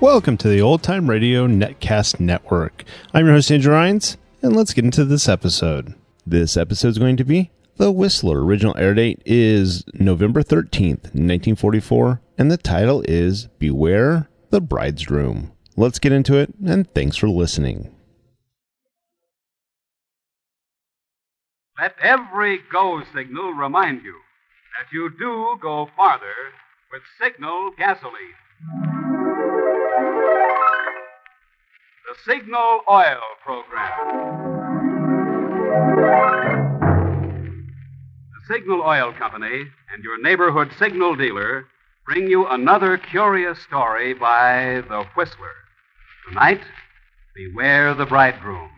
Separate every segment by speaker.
Speaker 1: Welcome to the Old Time Radio Netcast Network. I'm your host, Andrew Rines, and let's get into this episode. This episode is going to be The Whistler. Original air date is November 13th, 1944, and the title is Beware the Bride's Room. Let's get into it, and thanks for listening.
Speaker 2: Let every go signal remind you that you do go farther with signal gasoline. The Signal Oil Program. The Signal Oil Company and your neighborhood signal dealer bring you another curious story by The Whistler. Tonight, Beware the Bridegroom.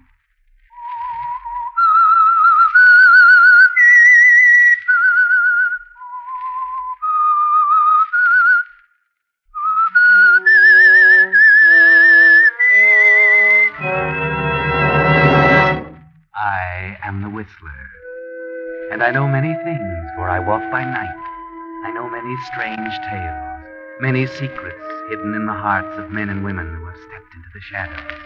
Speaker 3: I am the Whistler. And I know many things, for I walk by night. I know many strange tales, many secrets hidden in the hearts of men and women who have stepped into the shadows.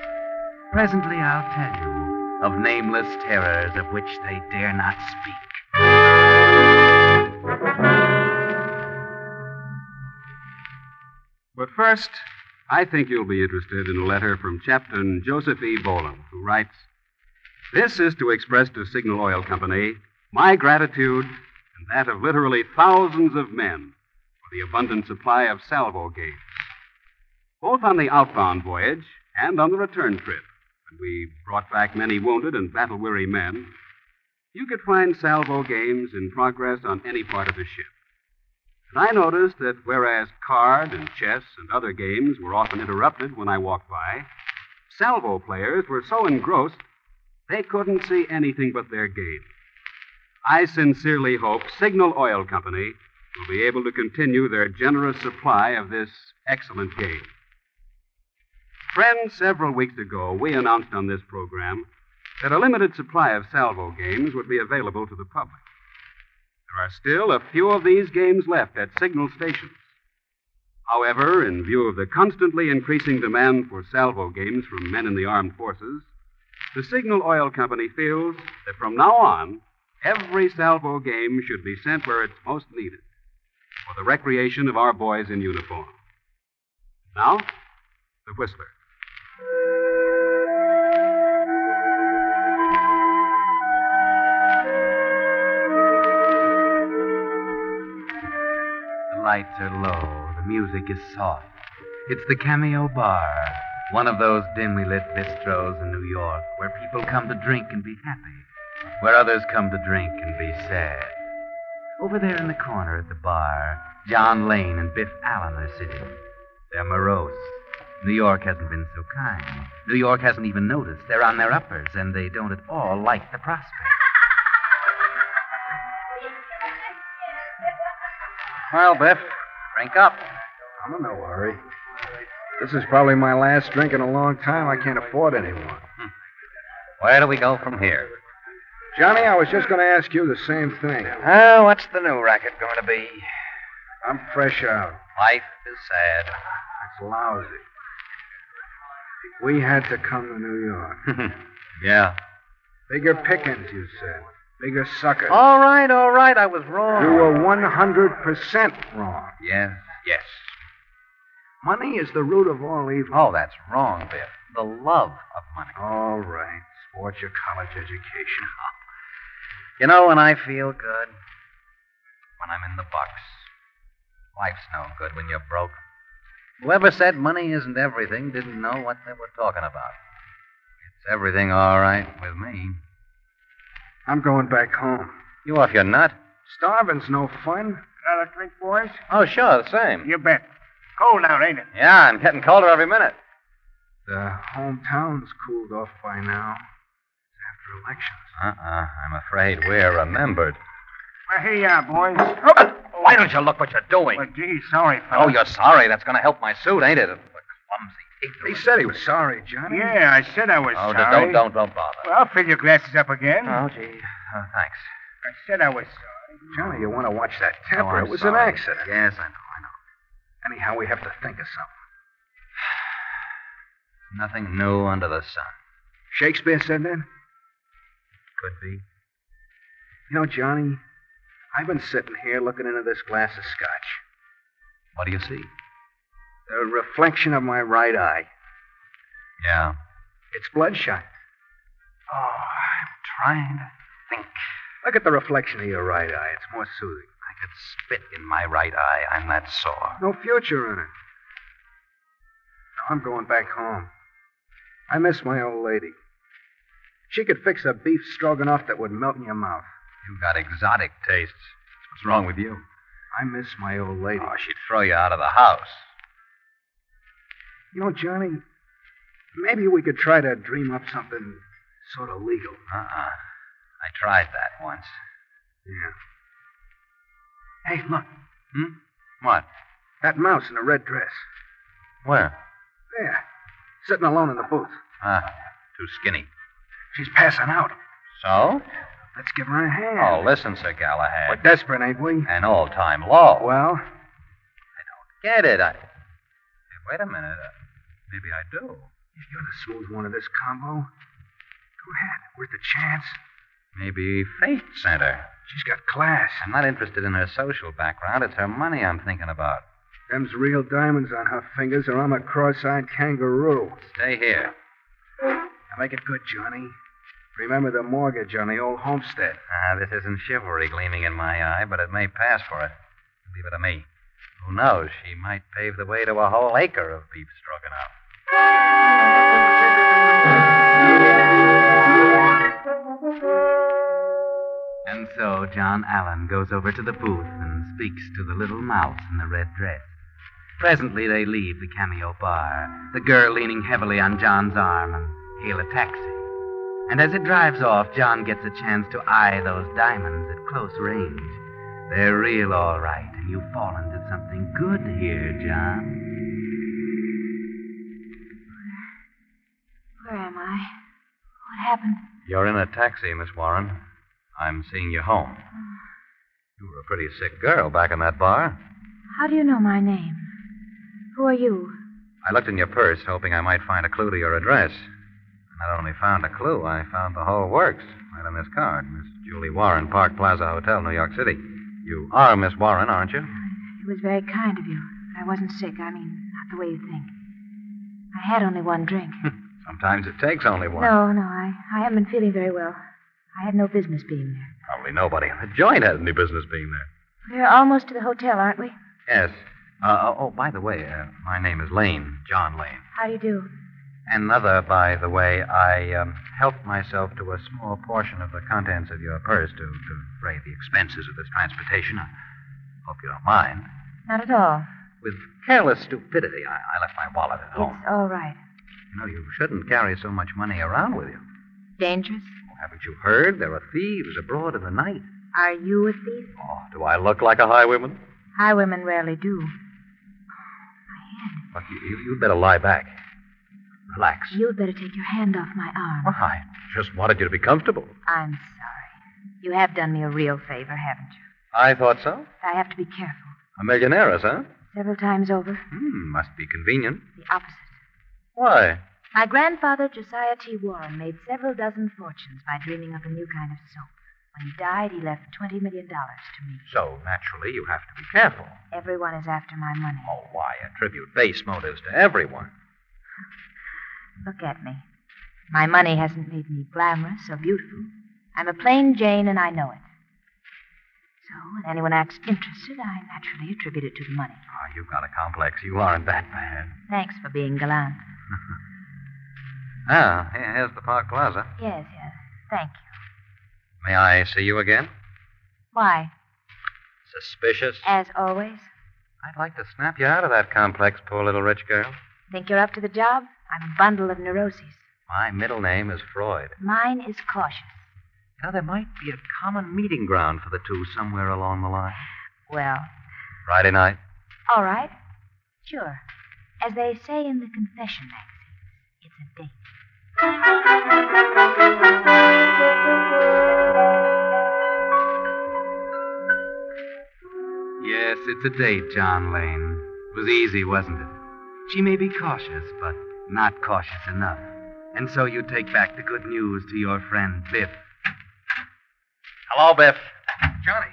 Speaker 3: Presently I'll tell you of nameless terrors of which they dare not speak.
Speaker 2: But first, I think you'll be interested in a letter from Chaptain Joseph E. Boland, who writes This is to express to Signal Oil Company my gratitude and that of literally thousands of men for the abundant supply of salvo gates, both on the outbound voyage and on the return trip. When we brought back many wounded and battle weary men, you could find salvo games in progress on any part of the ship. And I noticed that whereas card and chess and other games were often interrupted when I walked by, salvo players were so engrossed they couldn't see anything but their game. I sincerely hope Signal Oil Company will be able to continue their generous supply of this excellent game. Friends, several weeks ago, we announced on this program that a limited supply of salvo games would be available to the public. There are still a few of these games left at signal stations. However, in view of the constantly increasing demand for salvo games from men in the armed forces, the Signal Oil Company feels that from now on, every salvo game should be sent where it's most needed for the recreation of our boys in uniform. Now, the Whistler.
Speaker 3: The lights are low. The music is soft. It's the Cameo Bar, one of those dimly lit bistros in New York where people come to drink and be happy, where others come to drink and be sad. Over there in the corner at the bar, John Lane and Biff Allen are sitting. They're morose. New York hasn't been so kind. New York hasn't even noticed. They're on their uppers, and they don't at all like the prospect.
Speaker 4: Well, Biff,
Speaker 3: Drink up.
Speaker 4: I'm in Oh, no hurry. This is probably my last drink in a long time. I can't afford any more.
Speaker 3: Where do we go from here?
Speaker 4: Johnny, I was just going to ask you the same thing.
Speaker 3: Oh, what's the new racket going to be?
Speaker 4: I'm fresh out.
Speaker 3: Life is sad.
Speaker 4: It's lousy. We had to come to New York.
Speaker 3: yeah.
Speaker 4: Bigger pickings, you said. Bigger suckers.
Speaker 2: Oh.
Speaker 3: All right, all right. I was wrong.
Speaker 4: You were 100% wrong.
Speaker 3: Yes, yes.
Speaker 4: Money is the root of all evil.
Speaker 3: Oh, that's wrong, Biff. The love of money.
Speaker 4: All right. Sport your college education.
Speaker 3: You know when I feel good? When I'm in the box. Life's no good when you're broke. Whoever said money isn't everything didn't know what they were talking about. It's everything all right with me.
Speaker 4: I'm going back home.
Speaker 3: You off your nut?
Speaker 4: Starving's no fun.
Speaker 5: Another drink, boys?
Speaker 3: Oh, sure, the same.
Speaker 5: You bet. Cold out, ain't it?
Speaker 3: Yeah, I'm getting colder every minute.
Speaker 4: The hometown's cooled off by now. It's after elections.
Speaker 3: Uh-uh. I'm afraid we're remembered.
Speaker 5: Well, here you are, boys.
Speaker 4: Oh,
Speaker 2: Oh,
Speaker 3: Why don't you look what you're doing?
Speaker 5: Well, gee, sorry,
Speaker 3: Oh,
Speaker 5: fellas.
Speaker 3: you're sorry. That's going to help my suit, ain't it? The clumsy
Speaker 4: He
Speaker 3: ignorant-
Speaker 4: said he was sorry, Johnny.
Speaker 5: Yeah, I said I was
Speaker 3: Oh,
Speaker 5: sorry.
Speaker 3: don't, don't, don't bother.
Speaker 5: Well, I'll fill your glasses up again.
Speaker 3: Oh, gee.
Speaker 2: Uh,
Speaker 3: Oh, thanks.
Speaker 5: I said I was sorry.
Speaker 4: Johnny, you want to watch that
Speaker 3: Oh,
Speaker 4: temper.
Speaker 3: I'm
Speaker 4: it was
Speaker 3: sorry.
Speaker 4: an accident.
Speaker 3: Yes, I know, I know.
Speaker 4: Anyhow, we have to think of something.
Speaker 2: Nothing new under the sun.
Speaker 4: Shakespeare said that?
Speaker 2: Could be.
Speaker 4: You know, Johnny, I've been sitting here looking into this glass of scotch.
Speaker 2: What do you see?
Speaker 4: The reflection of my right eye.
Speaker 2: Yeah.
Speaker 4: It's bloodshot.
Speaker 2: Oh, I'm trying to think.
Speaker 4: Look at the reflection of your right eye. It's more soothing.
Speaker 2: I could spit in my right eye. I'm that sore.
Speaker 4: No future in it. I'm going back home. I miss my old lady. She could fix a beef stroganoff that would melt in your mouth.
Speaker 2: You've got exotic tastes. What's wrong with you?
Speaker 4: I miss my old lady.
Speaker 2: Oh, she'd throw you out of the house.
Speaker 4: You know, Johnny, maybe we could try to dream up something sort of legal.
Speaker 2: Uh-uh. I tried that once.
Speaker 4: Yeah. Hey, look,
Speaker 2: Hmm? What?
Speaker 4: that mouse in the red dress.
Speaker 2: Where?
Speaker 4: There, sitting alone in the booth.
Speaker 2: Ah, too skinny.
Speaker 4: She's passing out.
Speaker 2: So?
Speaker 4: Let's give her a
Speaker 2: Oh,
Speaker 4: hand.
Speaker 2: listen, Sir Galahad.
Speaker 4: We're desperate, ain't we?
Speaker 2: An all-time law.
Speaker 4: Well,
Speaker 2: Get it? I... Hey, wait a minute. Uh, maybe I do.
Speaker 4: if you're the smooth one of this combo, go ahead. Worth the chance.
Speaker 2: Maybe fate sent her.
Speaker 4: She's got class.
Speaker 2: I'm not interested in her social background. It's her money I'm thinking about.
Speaker 4: Them's real diamonds on her fingers, or I'm a cross-eyed kangaroo.
Speaker 2: Stay here. Mm-hmm.
Speaker 4: Now make it good, Johnny. Remember the mortgage on the old homestead.
Speaker 2: Ah, this isn't chivalry gleaming in my eye, but it may pass for it. Leave it to me. Who knows? She might pave the way to a whole acre of beef stroganoff.
Speaker 6: And so John Allen goes over to the booth and speaks to the little mouse in the red dress. Presently they leave the cameo bar, the girl leaning heavily on John's arm and hail a taxi. And as it drives off, John gets a chance to eye those diamonds at close range. They're real, all right, and you fall into something good here, John.
Speaker 7: Where am I? What happened?
Speaker 2: You're in a taxi, Miss Warren. I'm seeing you home. You were a pretty sick girl back in that bar.
Speaker 7: How do you know my name? Who are you?
Speaker 2: I looked in your purse, hoping I might find a clue to your address. Not only found a clue, I found the whole works right on this card. Miss Julie Warren, Park Plaza Hotel, New York City. You are Miss Warren, aren't you?
Speaker 7: It was very kind of you. I wasn't sick. I mean, not the way you think. I had only one drink.
Speaker 2: Sometimes it takes only one.
Speaker 7: No, no, I, I haven't been feeling very well. I had no business being there.
Speaker 2: Probably nobody in the joint has any business being there.
Speaker 7: We're almost to the hotel, aren't we?
Speaker 2: Yes. Uh, oh, by the way, uh, my name is Lane, John Lane.
Speaker 7: How do you do?
Speaker 2: Another, by the way, I um, helped myself to a small portion of the contents of your purse to, to defray the expenses of this transportation. I hope you don't mind.
Speaker 7: Not at all.
Speaker 2: With careless stupidity, I, I left my wallet at home.
Speaker 7: It's all right.
Speaker 2: You know, you shouldn't carry so much money around with you.
Speaker 7: Dangerous?
Speaker 2: Haven't you heard? There are thieves abroad in the night.
Speaker 7: Are you a thief?
Speaker 2: Oh, do I look like a highwayman?
Speaker 7: Highwaymen rarely do.
Speaker 2: Look, you, you- you'd better lie back. Relax.
Speaker 7: You'd better take your hand off my arm.
Speaker 2: Well, I just wanted you to be comfortable.
Speaker 7: I'm sorry. You have done me a real favor, haven't you?
Speaker 2: I thought so.
Speaker 7: I have to be careful.
Speaker 2: A millionaire, huh?
Speaker 7: Several times over,
Speaker 2: Hmm, must be convenient.
Speaker 7: the opposite.
Speaker 2: Why?
Speaker 7: My grandfather, Josiah T. Warren, made several dozen fortunes by dreaming of a new kind of soap. When he died, he left $20 million to me.
Speaker 2: So, naturally, you have to be careful.
Speaker 7: Everyone is after my money.
Speaker 2: Oh, why attribute base motives to everyone?
Speaker 7: Look at me. My money hasn't made me glamorous or beautiful. I'm a plain Jane, and I know it. So, when anyone acts interested, I naturally attribute it to the money.
Speaker 2: Oh, you've got a complex. You aren't that bad.
Speaker 7: Thanks for being gallant.
Speaker 2: Ah, here- here's the Park Plaza.
Speaker 7: Yes, yes. Thank you.
Speaker 2: May I see you again?
Speaker 7: Why?
Speaker 2: Suspicious?
Speaker 7: As always.
Speaker 2: I'd like to snap you out of that complex, poor little rich girl.
Speaker 7: Think you're up to the job? I'm a bundle of neuroses.
Speaker 2: My middle name is Freud.
Speaker 7: Mine is cautious.
Speaker 2: Now, there might be a common meeting ground for the two somewhere along the line.
Speaker 7: Well,
Speaker 2: Friday night?
Speaker 7: all right. Sure. As they say in the confession magazines, it's a date.
Speaker 6: Yes, it's a date, John Lane. It was easy, wasn't it? She may be cautious, but
Speaker 2: not cautious enough. And so you take back the good news to your friend Biff. Hello, Biff.
Speaker 8: Johnny,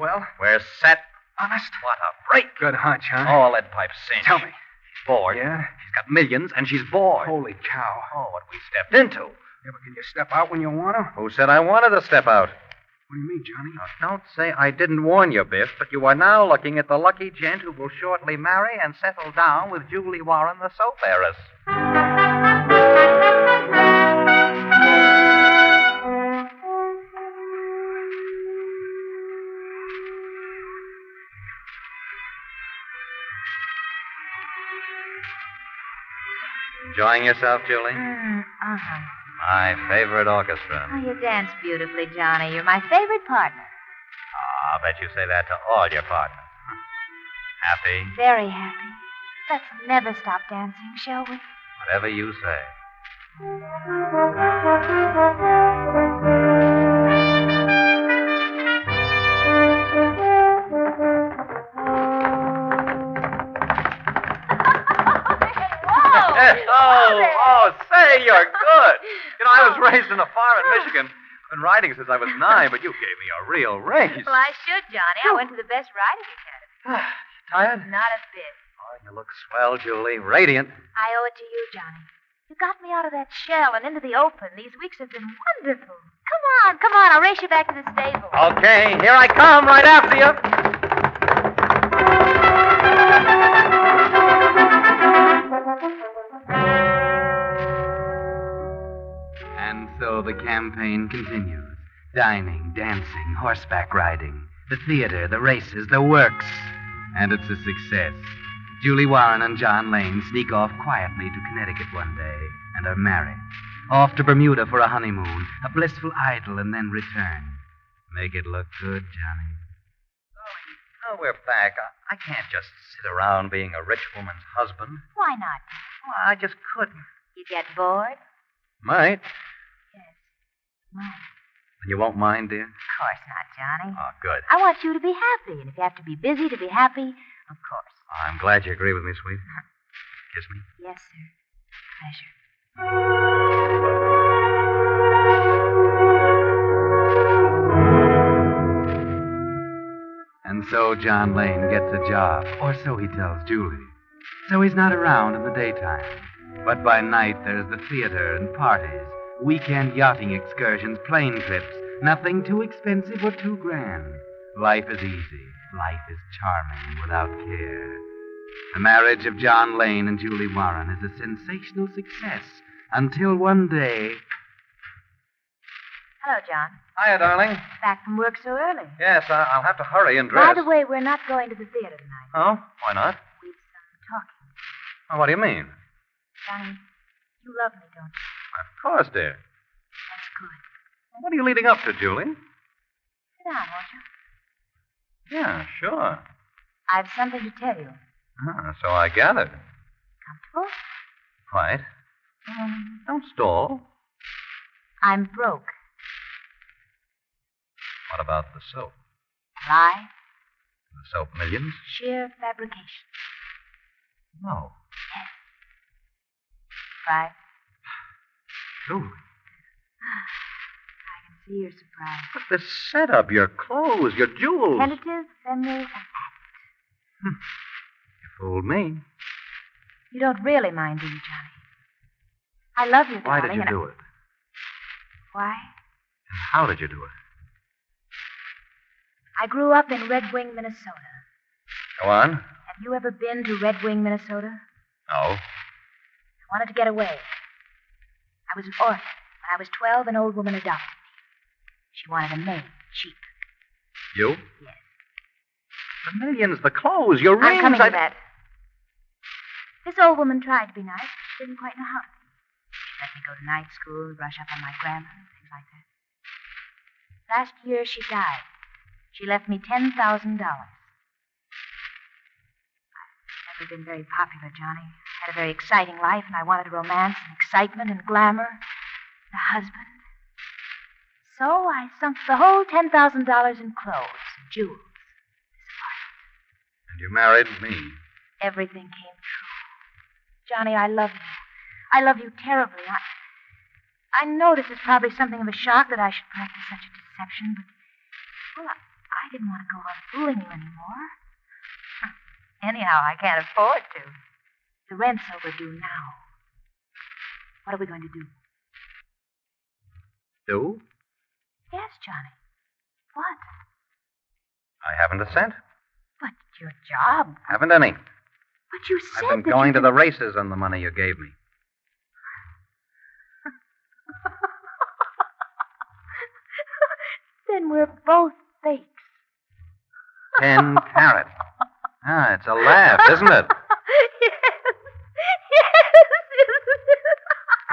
Speaker 8: well,
Speaker 2: We're set.
Speaker 8: honest?
Speaker 2: What a break.
Speaker 8: Good hunch, huh?
Speaker 4: Oh,
Speaker 2: All that pipe's cinched.
Speaker 8: Tell me.
Speaker 2: She's bored.
Speaker 8: Yeah?
Speaker 2: She's got millions, and she's bored.
Speaker 8: Holy cow.
Speaker 2: Oh, what we stepped into.
Speaker 8: Yeah, but can you step out when you want to?
Speaker 2: Who said I wanted to step out?
Speaker 8: What do you mean, Johnny?
Speaker 2: Now, don't say I didn't warn you, Biff, but you are now looking at the lucky gent who will shortly marry and settle down with Julie Warren, the soap heiress. Enjoying yourself, Julie?
Speaker 7: Mm, uh-huh.
Speaker 2: My favorite orchestra.
Speaker 7: Oh, you dance beautifully, Johnny. You're my favorite partner.
Speaker 2: I'll bet you say that to all your partners. Happy,
Speaker 7: Very happy. Let's never stop dancing, shall we?
Speaker 2: whatever you say. oh, say you're good. You know, I was raised in a farm in Michigan. I've been riding since I was nine, but you gave me a real race.
Speaker 7: Oh, Well, I should, Johnny. I went to the best riding academy.
Speaker 2: Tired?
Speaker 7: Not a bit.
Speaker 2: Oh, you look swell, Julie. Radiant.
Speaker 7: I owe it to you, Johnny. You got me out of that shell and into the open. These weeks have been wonderful. Come on, come on. I'll race you back to the stable.
Speaker 2: Oh. Okay, here I come right after you.
Speaker 4: And so the campaign continues dining, dancing, horseback riding, the theater, the races, the works. And it's a success. Julie Warren and John Lane sneak off quietly to Connecticut one day and are married. Off to Bermuda for a honeymoon, a blissful idle, and then return. Make it look good, Johnny.
Speaker 2: Oh, we're back. I, I can't just sit around being a rich woman's husband.
Speaker 7: Why not?
Speaker 2: Well, I just couldn't.
Speaker 7: You get bored?
Speaker 2: Might.
Speaker 7: Yes. Why? Of
Speaker 2: And you won't mind, dear?
Speaker 7: course not, Johnny.
Speaker 2: Oh, good.
Speaker 7: I want you to be happy, and if you have to be busy to be happy, of course.
Speaker 2: I'm glad you agree with me, sweet. Kiss me.
Speaker 7: Yes, sir. Pleasure.
Speaker 4: And so John Lane gets a job, or so he tells Julie. So he's not around in the daytime. But by night, there's the theater and parties, weekend yachting excursions, plane trips. Nothing too expensive or too grand. Life is easy. Life is charming without care. The marriage of John Lane and Julie Warren is a sensational success until one day.
Speaker 7: Hello, John.
Speaker 2: Hiya, darling.
Speaker 7: Back from work so early.
Speaker 2: Yes, I, I'll have to hurry and
Speaker 7: By
Speaker 2: dress.
Speaker 7: the way, we're not going to the theater tonight.
Speaker 2: Oh, why not?
Speaker 7: We've some talking.
Speaker 2: Well, what do you mean?
Speaker 7: Johnny, you love me, don't you?
Speaker 2: Of course, dear.
Speaker 7: That's good.
Speaker 2: What are you leading up to, Julie?
Speaker 7: Sit down, won't you?
Speaker 2: Yeah, sure.
Speaker 7: I've something to tell you.
Speaker 2: Ah, so I gathered.
Speaker 7: Comfortable? Um,
Speaker 2: Right. Don't stall.
Speaker 7: I'm broke.
Speaker 2: What about the soap?
Speaker 7: Lie,
Speaker 2: The soap millions?
Speaker 7: sheer fabrication.
Speaker 2: No.
Speaker 7: Surprise.
Speaker 2: Julie.
Speaker 7: I can see your surprise.
Speaker 2: But the setup, your clothes, your jewels.
Speaker 7: Tentative, memory, and act.
Speaker 2: You fooled me.
Speaker 7: You don't really mind, do you, Johnny? I love you,
Speaker 2: Why did
Speaker 7: darling.
Speaker 2: you
Speaker 7: and I-
Speaker 2: do it?
Speaker 7: Why?
Speaker 2: How did you do it?
Speaker 7: I grew up in Red Wing, Minnesota.
Speaker 2: Go on.
Speaker 7: Have you ever been to Red Wing, Minnesota?
Speaker 2: No.
Speaker 7: I wanted to get away. I was an orphan. When I was 12, an old woman adopted me. She wanted a maid, cheap.
Speaker 2: You? The millions, the clothes, your rings.
Speaker 7: I'm coming
Speaker 2: I-
Speaker 7: to that. This old woman tried to be nice, but she didn't quite know how to be. She let me go to night school, brush up on my grammar, and things like that. Last year, she died. She left me $10,000. I've never been very popular, Johnny. I had a very exciting life, and I wanted romance and excitement and glamour and a husband. So I sunk the whole $10,000 in clothes and jewels. This apartment.
Speaker 2: And you married me.
Speaker 7: Everything came true. Johnny, I love you. I love you terribly. I, I know this is probably something of a shock that I should practice such a deception, but, well, I, I didn't want to go on fooling you anymore. Anyhow, I can't afford to. The rent's overdue now. What are we going to do?
Speaker 9: Do?
Speaker 7: Yes, Johnny. What?
Speaker 9: I haven't a cent.
Speaker 7: But your job.
Speaker 9: Haven't any.
Speaker 7: But you said
Speaker 9: I've been
Speaker 7: that
Speaker 9: going
Speaker 7: you
Speaker 9: to the races on the money you gave me.
Speaker 7: Then we're both fakes.
Speaker 9: Ten carat. Ah, it's a laugh, isn't it?
Speaker 7: yes.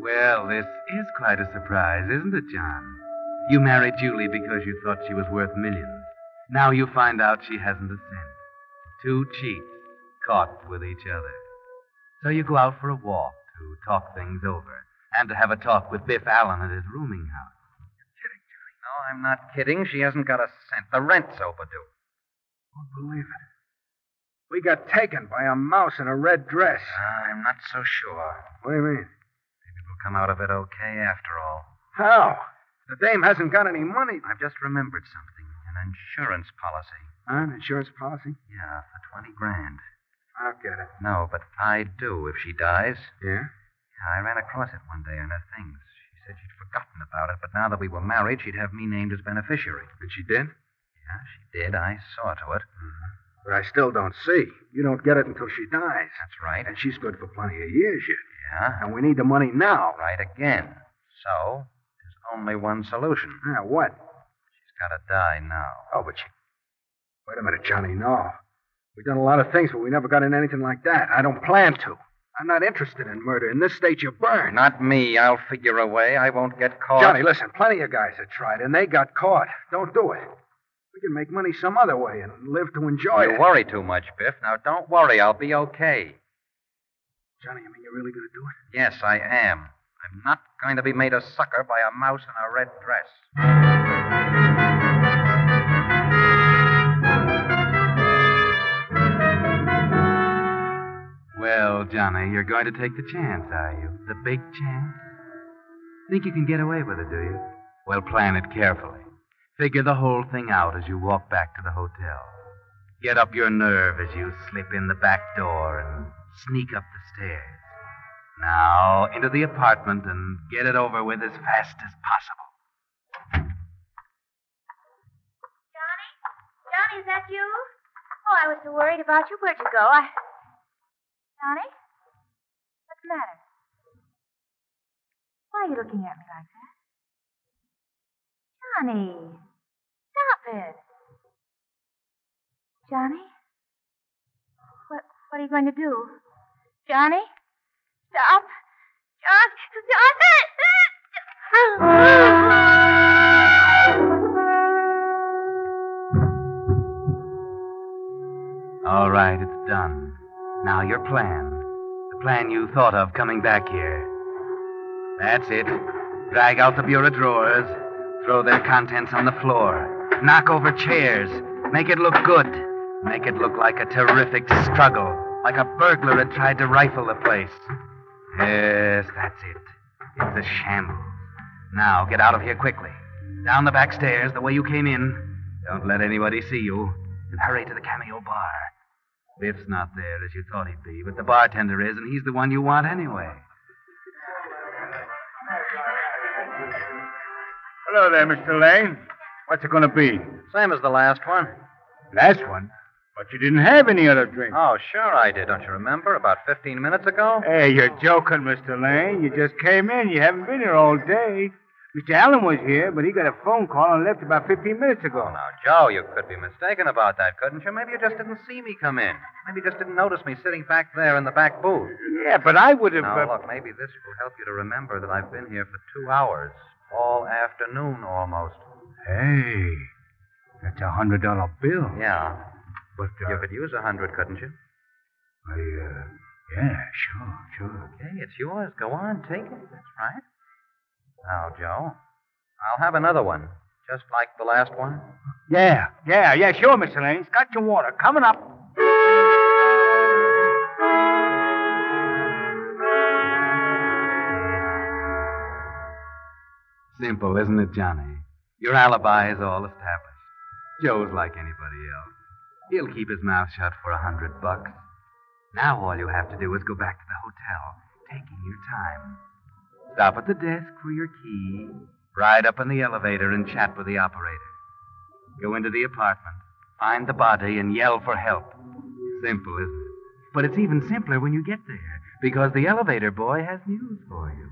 Speaker 2: Well, this is quite a surprise, isn't it, John? You married Julie because you thought she was worth millions. Now you find out she hasn't a cent. Two cheats caught with each other. So you go out for a walk to talk things over and to have a talk with Biff Allen at his rooming house.
Speaker 9: No, I'm not kidding. She hasn't got a cent. The rent's overdue.
Speaker 4: Won't believe it. We got taken by a mouse in a red dress.
Speaker 9: I'm not so sure.
Speaker 4: What do you mean?
Speaker 9: We'll come out of it okay after all.
Speaker 4: How? The dame hasn't got any money.
Speaker 9: I've just remembered something. An insurance policy.
Speaker 4: Huh? An insurance policy?
Speaker 9: Yeah, for 20 grand.
Speaker 4: I'll get it.
Speaker 9: No, but I do if she dies.
Speaker 4: Yeah?
Speaker 9: I ran across it one day in her things. She said she'd forgotten about it, but now that we were married, she'd have me named as beneficiary.
Speaker 4: And she did? Mm-hmm.
Speaker 9: Yeah, she did. I saw to it.
Speaker 4: But I still don't see. You don't get it until she dies.
Speaker 9: That's right.
Speaker 4: And she's good for plenty of years yet.
Speaker 9: Yeah,
Speaker 4: And we need the money now.
Speaker 9: right again. So, there's only one solution.
Speaker 4: Now, what?
Speaker 9: She's got to die now.
Speaker 4: Oh, but she. Wait a minute, Johnny. No. We've done a lot of things, but we never got into anything like that. I don't plan to. I'm not interested in murder. In this state, you burn.
Speaker 9: Oh, Not me. I'll figure a way. I won't get caught.
Speaker 4: Johnny, listen. Plenty of guys have tried, and they got caught. Don't do it. We can make money some other way and live to enjoy
Speaker 9: You
Speaker 4: it.
Speaker 9: worry too much, Biff. Now, don't worry. I'll be okay.
Speaker 4: Johnny, you mean you're really going to do it?
Speaker 9: Yes, I am. I'm not going to be made a sucker by a mouse in a red dress.
Speaker 2: Well, Johnny, you're going to take the chance, are you? The big chance? Think you can get away with it, do you? Well, plan it carefully. Figure the whole thing out as you walk back to the hotel. Get up your nerve as you slip in the back door and sneak up the stairs. Now, into the apartment and get it over with as fast as possible.
Speaker 7: Johnny? Johnny, is that you? Oh, I was so worried about you. Where'd you go? I. Johnny? What's the matter? Why are you looking at me like that? Johnny! Stop it! Johnny? What, what are you going to do? Johnny? Stop! John! Stop it!
Speaker 2: All right, it's done. Now your plan. The plan you thought of coming back here. That's it. Drag out the bureau drawers, throw their contents on the floor, knock over chairs, make it look good, make it look like a terrific struggle, like a burglar had tried to rifle the place. Yes, that's it. It's a shambles. Now get out of here quickly. Down the back stairs, the way you came in. Don't let anybody see you. And hurry to the cameo bar. Biff's not there as you thought he'd be, but the bartender is, and he's the one you want anyway.
Speaker 10: Hello there, Mr. Lane. What's it going to be?
Speaker 9: Same as the last one.
Speaker 10: Last one. But you didn't have any other drink.
Speaker 9: Oh, sure I did. Don't you remember? About 15 minutes ago?
Speaker 10: Hey, you're joking, Mr. Lane. You just came in. You haven't been here all day.
Speaker 11: Mr. Allen was here, but he got a phone call and left about 15 minutes
Speaker 12: Oh,
Speaker 11: ago.
Speaker 12: now, Joe, you could be mistaken about that, couldn't you? Maybe you just didn't see me come in. Maybe you just didn't notice me sitting back there in the back booth.
Speaker 11: Yeah, but I would have. uh,
Speaker 12: Now, look, maybe this will help you to remember that I've been here for two hours, all afternoon almost.
Speaker 11: Hey, that's a hundred dollar bill.
Speaker 12: Yeah.
Speaker 11: But uh,
Speaker 12: You could use a hundred, couldn't you?
Speaker 11: I, uh, yeah, sure, Oh, sure.
Speaker 12: Okay, it's yours. Go on, take it. That's right. Now, Joe, I'll have another one, just like the last one.
Speaker 11: Yeah, yeah, yeah, sure, Mr. Lanes. Got your water coming up.
Speaker 2: Simple, isn't it, Johnny? Your alibi is all established. Joe's like anybody else. He'll keep his mouth shut for a hundred bucks. Now all you have to do is go back to the hotel, taking your time. Stop at the desk for your key, ride up in the elevator and chat with the operator. Go into the apartment, find the body, and yell for help. Simple, isn't it? But it's even simpler when you get there, because the elevator boy has news for you.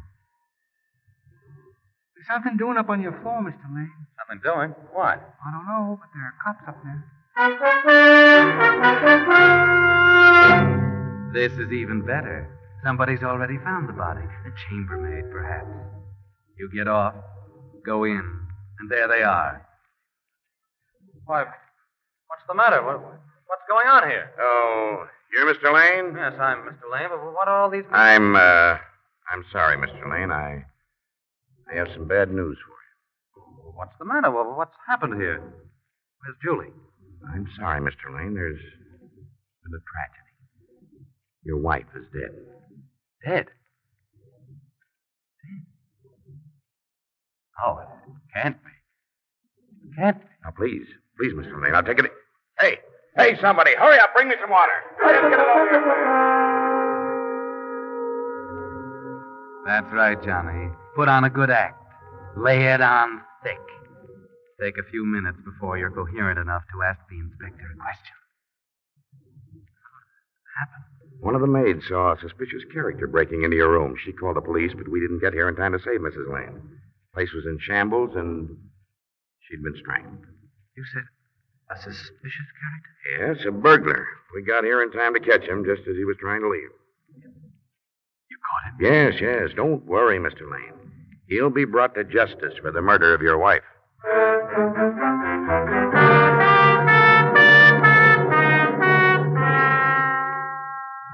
Speaker 11: There's something doing up on your floor, Mr. Lane.
Speaker 12: Something doing? What?
Speaker 11: I don't know, but there are cops up there.
Speaker 2: This is even better. Somebody's already found the body. A chambermaid, perhaps. You get off, go in, and there they are.
Speaker 12: Why, what's the matter? What, what's going on here?
Speaker 4: Oh, you're Mr. Lane?
Speaker 12: Yes, I'm Mr. Lane, but what are all these...
Speaker 4: I'm, uh, I'm sorry, Mr. Lane. I, I have some bad news for
Speaker 12: What's the matter? Well, What's happened here? Where's Julie?
Speaker 4: you. I'm sorry, Mr. Lane. There's been a tragedy. Your wife is dead.
Speaker 12: Dead. Oh, it can't be. It Can't be.
Speaker 4: Now, please, please, Mr. Lane, I'll take it. Hey, hey, somebody, hurry up, bring me some water. Hurry up, get it over here.
Speaker 2: That's right, Johnny. Put on a good act. Lay it on thick. Take a few minutes before Oh, you're coherent enough to ask the inspector a question.
Speaker 4: One of the maids saw a suspicious character breaking into your room. She called the police, but we didn't get here in time to save Mrs. Lane. The place was in shambles, and she'd been strangled.
Speaker 2: You said a suspicious character?
Speaker 4: Yes, a burglar. We got here in time to catch him just as he was trying to leave.
Speaker 2: You caught him.
Speaker 4: Yes, yes. Don't worry, Mr. Lane. He'll be brought to justice for the murder of your wife.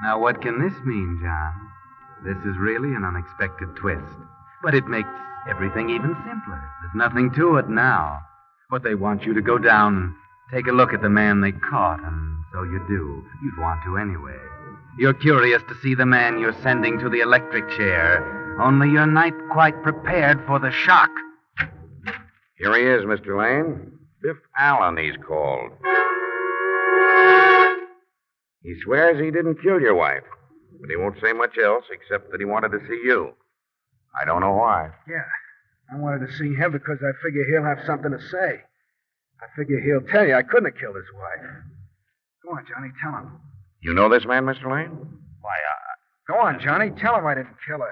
Speaker 2: Now, what can this mean, John? This is really an unexpected twist. But it makes everything even simpler. There's nothing to it now. But they want you to go down and take a look at the man they caught, and so you do. You'd want to anyway. You're curious to see the man you're sending to the electric chair, only you're not quite prepared for the shock.
Speaker 4: Here he is, Mr. Lane. Biff Allen, he's called. He swears he didn't kill your wife, but he won't say much else except that he wanted to see you. I don't know why.
Speaker 13: Yeah. I wanted to see him because I figure he'll have something to say. I figure he'll tell you I couldn't have killed his wife. Go on, Johnny, tell him. uh,
Speaker 4: You know this man, Mr. Lane?
Speaker 12: Why, I
Speaker 13: Go on, Johnny, tell him I didn't kill her.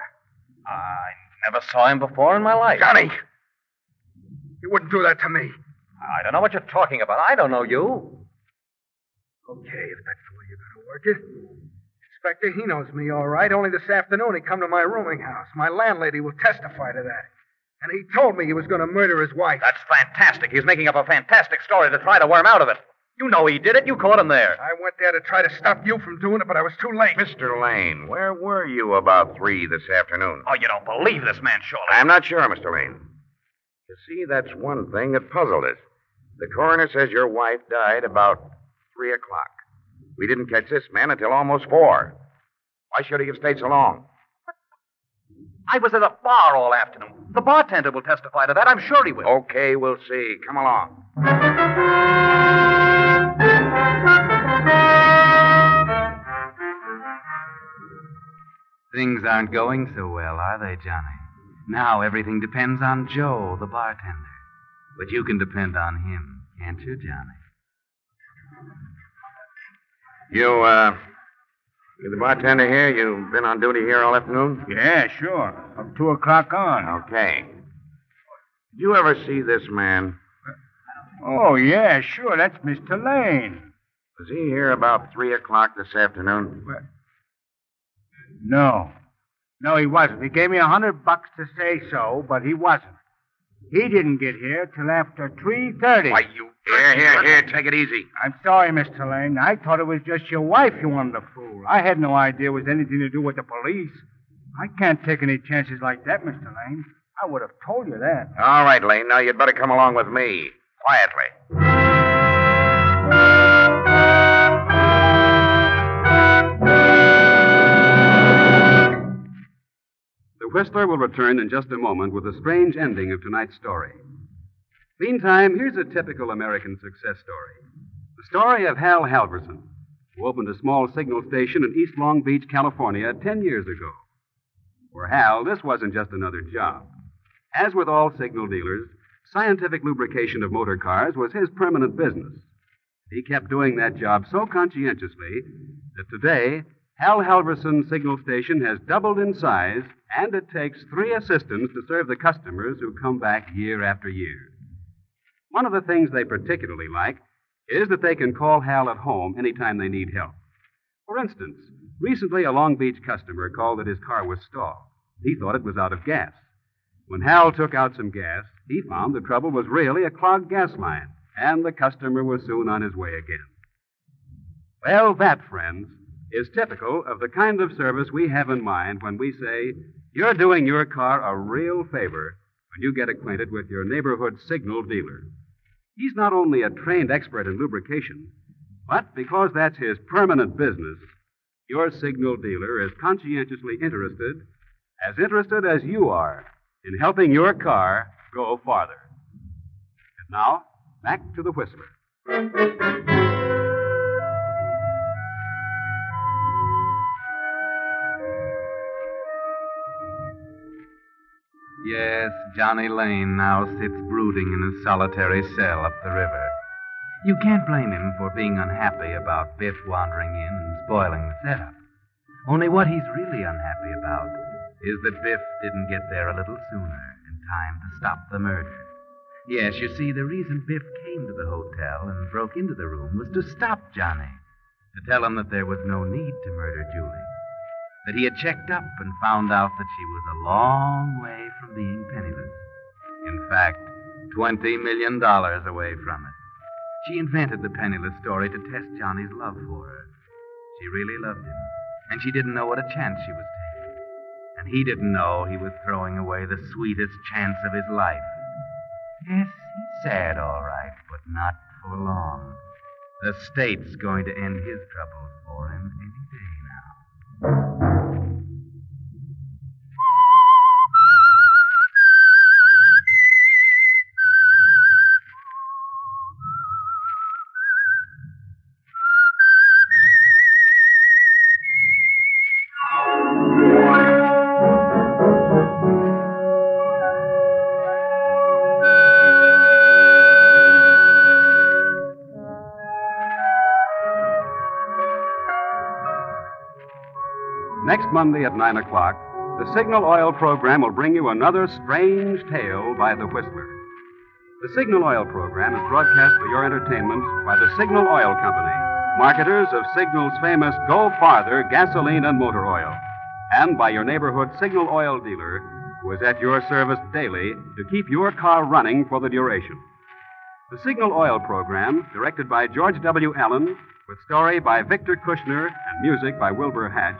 Speaker 12: I never saw him before in my life.
Speaker 13: Johnny! You wouldn't do that to me.
Speaker 12: I don't know what you're talking about. I don't know you.
Speaker 13: Okay, if that's the way you're going to work it. Inspector, he knows me all right. Only this afternoon he come to my rooming house. My landlady will testify to that. And he told me he was going to murder his wife.
Speaker 12: That's fantastic. He's making up a fantastic story to try to worm out of it. You know he did it. You caught him there.
Speaker 13: I went there to try to stop you from doing it, but I was too late.
Speaker 4: Mr. Lane, where were you about three this afternoon?
Speaker 12: Oh, you don't believe this man, surely.
Speaker 4: I'm not sure, Mr. Lane. You see, that's one thing that puzzled us. The coroner says your wife died about three o'clock. We didn't catch this man until almost four. Why should he have stayed so long?
Speaker 12: I was at a bar all afternoon. The bartender will testify to that. I'm sure he will.
Speaker 4: Okay, we'll see. Come along.
Speaker 2: Things aren't going so well, are they, Johnny? Now everything depends on Joe, the bartender. But you can depend on him, can't you, Johnny?
Speaker 4: You, uh, you the bartender here? You've been on duty here all afternoon?
Speaker 11: Yeah, sure. From two o'clock on.
Speaker 4: Okay.
Speaker 14: Did you ever see this man?
Speaker 15: Oh, yeah, sure. That's Mr. Lane.
Speaker 14: Was he here about 3 o'clock this afternoon? What?
Speaker 15: No. No, he wasn't. He gave me a hundred bucks to say so, but he wasn't. He didn't get here till after 3.30.
Speaker 14: Why, you... Here, here, here. Take it easy.
Speaker 15: I'm sorry, Mr. Lane. I thought it was just your wife you wanted to fool. I had no idea it was anything to do with the police. I can't take any chances like that, Mr. Lane. I would have told you that.
Speaker 14: All right, Lane. Now you'd better come along with me. Quietly.
Speaker 4: The Whistler will return in just a moment with a strange ending of tonight's story. Meantime, here's a typical American success story the story of Hal Halverson, who opened a small signal station in East Long Beach, California, 10 years ago. For Hal, this wasn't just another job. As with all signal dealers, scientific lubrication of motor cars was his permanent business. He kept doing that job so conscientiously that today, Hal Halverson Signal Station has doubled in size, and it takes three assistants to serve the customers who come back year after year. One of the things they particularly like is that they can call Hal at home anytime they need help. For instance, recently a Long Beach customer called that his car was stalled. He thought it was out of gas. When Hal took out some gas, he found the trouble was really a clogged gas line, and the customer was soon on his way again. Well, that, friends, is typical of the kind of service we have in mind when we say you're doing your car a real favor when you get acquainted with your neighborhood signal dealer. He's not only a trained expert in lubrication, but because that's his permanent business, your signal dealer is conscientiously interested, as interested as you are, in helping your car go farther. And now, back to the Whistler.
Speaker 2: Yes, Johnny Lane now sits brooding in his solitary cell up the river. You can't blame him for being unhappy about Biff wandering in and spoiling the setup. Only what he's really unhappy about is that Biff didn't get there a little sooner in time to stop the murder. Yes, you see, the reason Biff came to the hotel and broke into the room was to stop Johnny, to tell him that there was no need to murder Julie that he had checked up and found out that she was a long way from being penniless. In fact, $20 million away from it. She invented the penniless story to test Johnny's love for her. She really loved him, and she didn't know what a chance she was taking. And he didn't know he was throwing away the sweetest chance of his life. Yes, he's sad, all right, but not for long. The state's going to end his troubles for him any day now.
Speaker 4: Next Monday at 9 o'clock, the Signal Oil program will bring you another strange tale by the Whistler. The Signal Oil program is broadcast for your entertainment by the Signal Oil Company, marketers of Signal's famous Go Farther gasoline and motor oil, and by your neighborhood Signal Oil dealer who is at your service daily to keep your car running for the duration. The Signal Oil program, directed by George W. Allen, with story by Victor Kushner and music by Wilbur Hatch,